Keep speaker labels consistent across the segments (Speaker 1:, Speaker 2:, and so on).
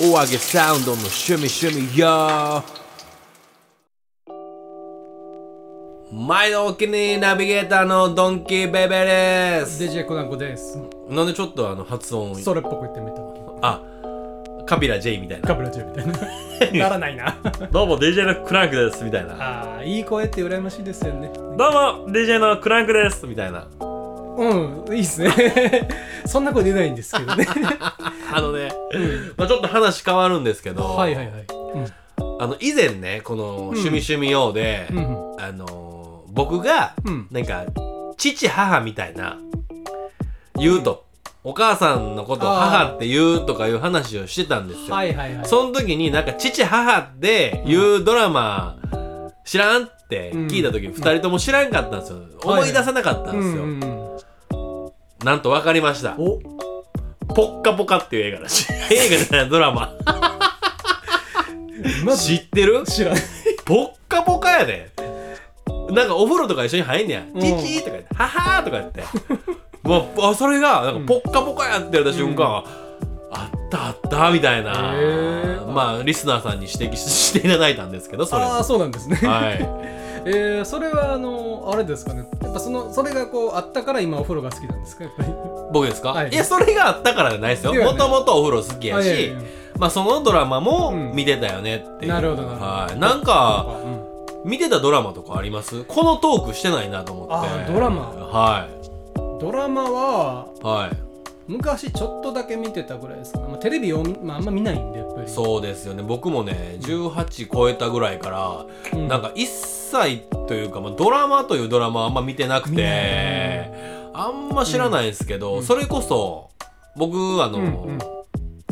Speaker 1: お揚げサウンドの趣味趣味よ前のお気に入りナビゲーターのドンキーベベです
Speaker 2: デジェコナンコです。
Speaker 1: なんでちょっとあの発音
Speaker 2: それっぽく言ってみた。
Speaker 1: あカピラ J みたい
Speaker 2: カ
Speaker 1: な
Speaker 2: ブラジュみたい な。ならないな。
Speaker 3: どうも DJ のクランクですみたいな
Speaker 2: ああ、いい声って羨ましいですよね。
Speaker 3: どうも DJ のクランクです
Speaker 1: みたいな
Speaker 2: うん、いいですね。 そんな声出ないんですけどね。
Speaker 1: あのね、まあちょっと話変わるんですけど、
Speaker 2: はいはいはい。
Speaker 1: あの以前ねこの「趣味趣味用で」
Speaker 2: うん。うん。
Speaker 1: あのー僕が
Speaker 2: うん。
Speaker 1: なんか父母みたいな言うと、お母さんのことを母って言うとかいう話をしてたんですよ、
Speaker 2: はいはいはい。
Speaker 1: その時になんか父母っていうドラマ知らんって聞いた時に2人とも知らんかったんですよ、
Speaker 2: はい
Speaker 1: 思い出さなかったんで
Speaker 2: う
Speaker 1: す
Speaker 2: ん
Speaker 1: よ、
Speaker 2: うんうん。
Speaker 1: なんと分かりました
Speaker 2: お
Speaker 1: 「ポッカポカ」っていう映画だ し映画じゃないドラマ
Speaker 2: まず
Speaker 1: 知ってる
Speaker 2: 知らない。
Speaker 1: ポッカポカやで。なんかお風呂とか一緒に入んねや。
Speaker 2: ん
Speaker 1: チーチーとか言って、ははーとか言って。もうあそれがなんかポッカポカやってやった瞬間、あったあったみたいな
Speaker 2: へー。
Speaker 1: まあリスナーさんに指摘し していただいたんですけど、それ。
Speaker 2: ああ、
Speaker 1: は
Speaker 2: そうなんです
Speaker 1: い。
Speaker 2: ね。えー、それはあの、あれですかね。やっぱその、それがこう、あったから今お風呂が好きなんですか、やっぱり。
Speaker 1: 僕ですか、
Speaker 2: はい
Speaker 1: い、やそれがあったからじゃないですよ。
Speaker 2: では
Speaker 1: も
Speaker 2: ね
Speaker 1: ともとお風呂好きや
Speaker 2: あい
Speaker 1: し、
Speaker 2: やいやい
Speaker 1: まあそのドラマ
Speaker 2: う
Speaker 1: も
Speaker 2: ん
Speaker 1: 見てたよねっていう。
Speaker 2: なるほどなるほど
Speaker 1: はい。なん
Speaker 2: や
Speaker 1: か
Speaker 2: うん
Speaker 1: 見てたドラマとかあります？このトークしてないなと思って。
Speaker 2: あードラマ
Speaker 1: はい
Speaker 2: ドラマは、
Speaker 1: はい。
Speaker 2: 昔ちょっとだけ見てたぐらいですかね、まあ、テレビを、まあ、あんま見ないんでやっぱり
Speaker 1: そうですよね僕もね18超えたぐらいから、
Speaker 2: うん
Speaker 1: なんか一切というか、まあ、ドラマというドラマはあんま見てなく
Speaker 2: 見ない
Speaker 1: てあんま知らないんですけど、
Speaker 2: うん
Speaker 1: それこそ僕あの、
Speaker 2: うんうん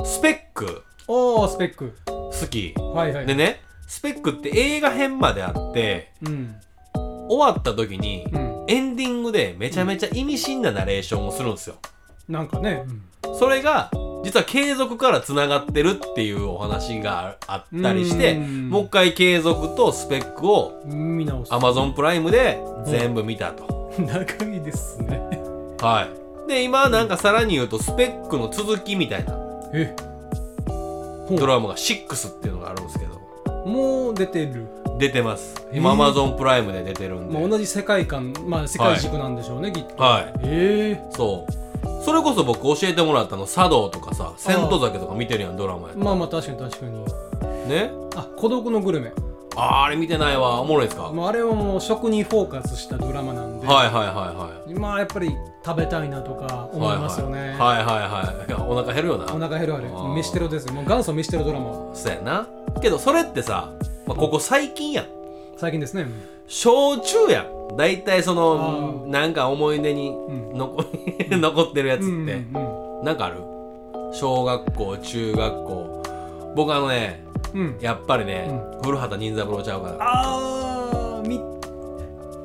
Speaker 1: スペック
Speaker 2: おおスペック
Speaker 1: 好き
Speaker 2: はいはい
Speaker 1: でねスペックって映画編まであって
Speaker 2: うん
Speaker 1: 終わった時に、
Speaker 2: うん
Speaker 1: エンディングでめちゃめちゃ意味深なナレーションをするんですよ。
Speaker 2: なんかね、
Speaker 1: それが実は継続からつながってるっていうお話があったりして
Speaker 2: うん
Speaker 1: もう一回継続とスペックを
Speaker 2: うん、見直す
Speaker 1: Amazon プライムで全部見たと、
Speaker 2: 長いですね
Speaker 1: はいで今なんかさらに言うとスペックの続きみたいな
Speaker 2: えほう
Speaker 1: ドラマが「6」っていうのがあるんですけど
Speaker 2: もう出てる、
Speaker 1: 出てます
Speaker 2: えー
Speaker 1: 今 Amazon プライムで出てるんで、
Speaker 2: まあ、同じ世界観まあ世界軸なんでしょうね、きっと
Speaker 1: はい
Speaker 2: え
Speaker 1: そうそれこそ僕教えてもらったの茶道とかさ千と酒とか見てるやんドラマや
Speaker 2: えまあまあ確かに確かに
Speaker 1: ね
Speaker 2: あ孤独のグルメ、
Speaker 1: あーあれ見てないわおもろいですか、
Speaker 2: まあ、あれはもう食にフォーカスしたドラマなんで、
Speaker 1: はいはいはいはい
Speaker 2: まあやっぱり食べたいなとか思いますよね、
Speaker 1: はいはいはいはいいやお腹減るよな
Speaker 2: お腹減るあれ
Speaker 1: あー
Speaker 2: 飯テロですよもう元祖飯テロドラマ
Speaker 1: そうやなけどそれってさ、まあ、ここ最近やん
Speaker 2: 最近ですね
Speaker 1: 焼酎やん大体そ
Speaker 2: あ
Speaker 1: の
Speaker 2: ー
Speaker 1: なんか思い出に
Speaker 2: ん
Speaker 1: 残,、 残ってるやつって、
Speaker 2: うんうん
Speaker 1: なんかある小学校中学校僕あのね
Speaker 2: うんうん
Speaker 1: やっぱりね、
Speaker 2: う
Speaker 1: 古畑任三郎ちゃうから
Speaker 2: あーみ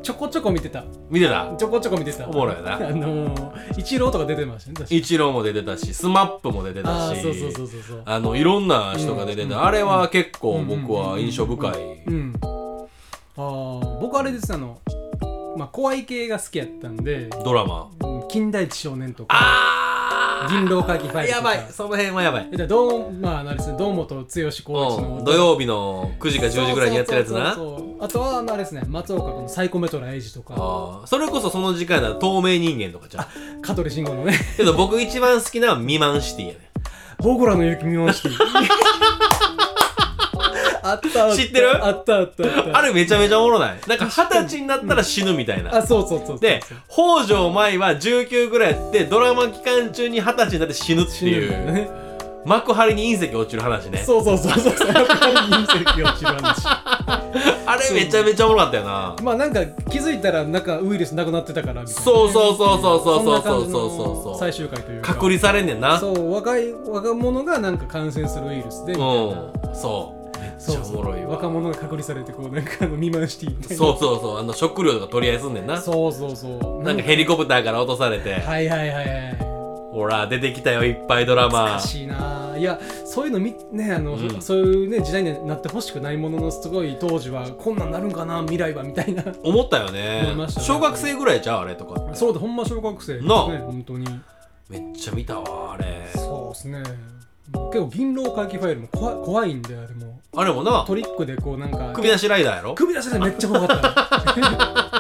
Speaker 2: ちょこちょこ見てた
Speaker 1: 見てた
Speaker 2: ちょこちょこ見てた
Speaker 1: おもろいな
Speaker 2: あのー、イチローとか出てましたね確か
Speaker 1: 一郎も出てたしスマップも出て
Speaker 2: あ
Speaker 1: た
Speaker 2: あ
Speaker 1: し
Speaker 2: そうそうそうそうそう
Speaker 1: あのいろんな人が出てて、
Speaker 2: うん
Speaker 1: あれは結構僕は印象深い、
Speaker 2: うんあー僕あれですあのまあ怖い系が好きやったんで
Speaker 1: ドラマ
Speaker 2: うん近代一少年とか
Speaker 1: あー
Speaker 2: 人狼会議ファイルと
Speaker 1: や
Speaker 2: か
Speaker 1: ばいその辺はやばい
Speaker 2: えだからどうまあ何ですね堂本剛光一
Speaker 1: う
Speaker 2: の
Speaker 1: ん土曜日の9時か10時ぐらいにやってるやつな
Speaker 2: そうそうそうそうあとはあのあれですね松岡君のサイコメトラエイジとか
Speaker 1: あーそれこそその時間だ透明人間とかじゃん
Speaker 2: 香取慎吾のね
Speaker 1: けど僕一番好きなのは未満シティやね
Speaker 2: 僕らの雪見 ましてあったあった
Speaker 1: 知ってる
Speaker 2: あったあったあった
Speaker 1: あれめちゃめちゃおもろないなんか二十歳になったら死ぬみたいな、
Speaker 2: あそうそうそうそう
Speaker 1: で北条舞は19ぐらいやってドラマ期間中に二十歳になって死ぬって
Speaker 2: 死ぬ
Speaker 1: い
Speaker 2: んだよ
Speaker 1: う、
Speaker 2: ね
Speaker 1: 幕張に隕石落ちる話ね
Speaker 2: そうそうそうそうそうやっぱり隕石落ちる話
Speaker 1: あれめちゃめちゃおもろかったよな
Speaker 2: まあなんか気づいたらなんかウイルスなくなってたからみたいな
Speaker 1: そうそうそうそうそうそうそうそう
Speaker 2: そんな感じの
Speaker 1: そう
Speaker 2: 最終回というか
Speaker 1: 隔離されんねんな
Speaker 2: そう若い若者がなんか感染するウイルスでみたいな
Speaker 1: うんそうめっ
Speaker 2: そう
Speaker 1: ちゃおもろいわ
Speaker 2: 若者が隔離されてこうなんかあの未満シティみたいな
Speaker 1: そうそうそうあの食料とか取り合いすんねんな
Speaker 2: そうそうそう
Speaker 1: なんかヘリコプターから落とされて、
Speaker 2: はいはいはいはい
Speaker 1: ほら出てきたよいっぱいドラ
Speaker 2: 難
Speaker 1: マ
Speaker 2: しいないやそういうのみねあの、
Speaker 1: うん
Speaker 2: そういうね時代になってほしくないもののすごい当時はこんなんなるんかな未来はみたいな
Speaker 1: 思ったよね
Speaker 2: 思いましたね
Speaker 1: 小学生ぐらいちゃうあれとかって
Speaker 2: そうだほんま小学生ですね
Speaker 1: なあ
Speaker 2: 本当に
Speaker 1: めっちゃ見たわあれ
Speaker 2: そうですねもう結構銀狼回帰ファイルも怖い怖いんだよあれも
Speaker 1: あれもな
Speaker 2: トリックでこうなんか
Speaker 1: 首出しライダーやろ
Speaker 2: 首出しでめっちゃ 怖かったね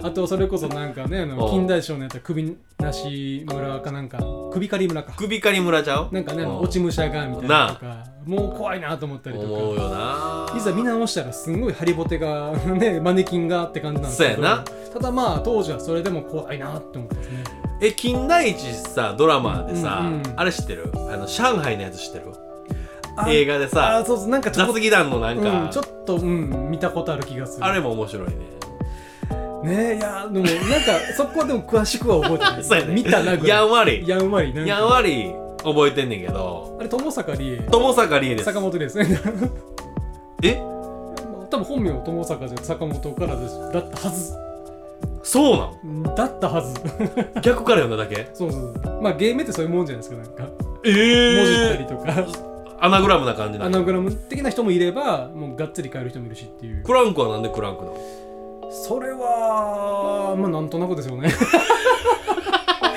Speaker 2: あとそれこそなんかねあ
Speaker 1: お
Speaker 2: の
Speaker 1: う
Speaker 2: 近代省のやった首なし村かなんか首狩り村か
Speaker 1: 首狩り村ちゃう
Speaker 2: なんかねあの
Speaker 1: うん
Speaker 2: 落ち武者がみたいなのとかもう怖いなと思ったり
Speaker 1: 思
Speaker 2: と
Speaker 1: う
Speaker 2: か
Speaker 1: よない
Speaker 2: ざ見直したらすんごいハリボテがねマネキンがって感じなんですけ
Speaker 1: そ
Speaker 2: ど
Speaker 1: うやな
Speaker 2: ただまあ当時はそれでも怖いなって思ってますね
Speaker 1: え金田一さドラマでさ、
Speaker 2: うんうん
Speaker 1: あれ知ってるあの上海のやつ知ってる
Speaker 2: あ
Speaker 1: 映画で
Speaker 2: あ
Speaker 1: さ
Speaker 2: ーそうそうなんかちょっ
Speaker 1: 雑
Speaker 2: と
Speaker 1: 技団のなんか、
Speaker 2: うん、ちょっと、うん、見たことある気がする
Speaker 1: あれも面白いね
Speaker 2: ねえいやでもなんかそこはでも詳しくは覚えてな い
Speaker 1: そうやね
Speaker 2: 見たなぐ
Speaker 1: や
Speaker 2: ら
Speaker 1: んわ
Speaker 2: い
Speaker 1: り
Speaker 2: やんわりなんか
Speaker 1: やんわり覚えてんねんけど
Speaker 2: あれ友坂理恵
Speaker 1: 友坂理恵です
Speaker 2: 坂本理恵です ね
Speaker 1: え
Speaker 2: 多分本名友坂じゃ坂本からですだったはず
Speaker 1: そうなの
Speaker 2: だったはず
Speaker 1: 逆から読んだだ け
Speaker 2: そうそうそうまあ芸名ってそういうもんじゃないですかなんか
Speaker 1: え
Speaker 2: 文字った
Speaker 1: え
Speaker 2: りとか、
Speaker 1: アナグラムな感じな
Speaker 2: ア
Speaker 1: の
Speaker 2: ナグラム的な人もいればもうがっつり変える人もいるしっていう
Speaker 1: クランクはなんでクランクな の
Speaker 2: それはまあなんとなくですよね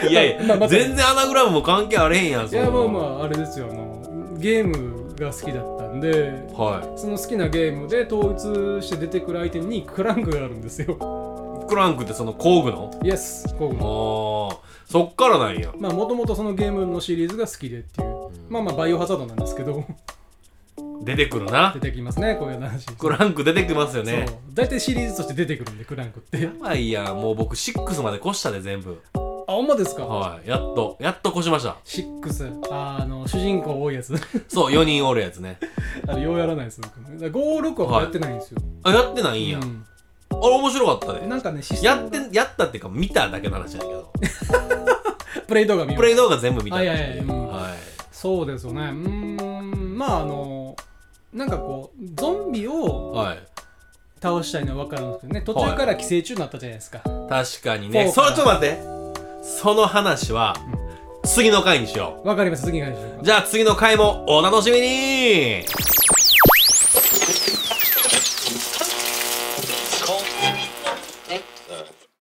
Speaker 1: いやい
Speaker 2: まあま
Speaker 1: や
Speaker 2: あ
Speaker 1: 全然アナグラムも関係あれへんやん
Speaker 2: いやまあま
Speaker 1: あ
Speaker 2: ああれですよあのゲームが好きだったんで
Speaker 1: は
Speaker 2: その好きなゲームで統一して出てくるアイテムにクランクがあるんです よ。
Speaker 1: いクランクってその工具の
Speaker 2: イエス、こう
Speaker 1: あ
Speaker 2: も。
Speaker 1: ーそっからなんや
Speaker 2: まあもともとそのゲームのシリーズが好きでっていう。まあまあバイオハザードなんですけど、
Speaker 1: 出てくるな
Speaker 2: 出てきますね、こういう話。
Speaker 1: クランク出てきますよね
Speaker 2: そう。大体シリーズとして出てくるんで、クランクって。
Speaker 1: やばいやんもう僕6まで越したで全部
Speaker 2: あ、ほんまですか、
Speaker 1: はいやっとやっと越しました
Speaker 2: シックスあーあの主人公多いやつ
Speaker 1: そう4人おるやつね
Speaker 2: あれようやらないです僕だ56はやってないんですよ、
Speaker 1: あやってない
Speaker 2: い
Speaker 1: んや、
Speaker 2: うん
Speaker 1: あれ面白かったで
Speaker 2: なんかねシステ
Speaker 1: や
Speaker 2: ム
Speaker 1: っ
Speaker 2: が
Speaker 1: てやったっていうか見ただけの話なんだけど
Speaker 2: プレイ動画見
Speaker 1: プレ
Speaker 2: イ
Speaker 1: イ動画全部見た
Speaker 2: はいはいはいうん
Speaker 1: はい
Speaker 2: そうですよねうーんまああのなんかこうゾンビを
Speaker 1: はい
Speaker 2: 倒したいのは分かるんですけどね途中から寄生虫になったじゃないですか、
Speaker 1: 確かにね
Speaker 2: フォ
Speaker 1: それ
Speaker 2: ー
Speaker 1: ちょっと待ってその話は次の回にしよ
Speaker 2: 分かります次がいいでしょう
Speaker 1: う
Speaker 2: か
Speaker 1: じゃあ次の回もお楽しみに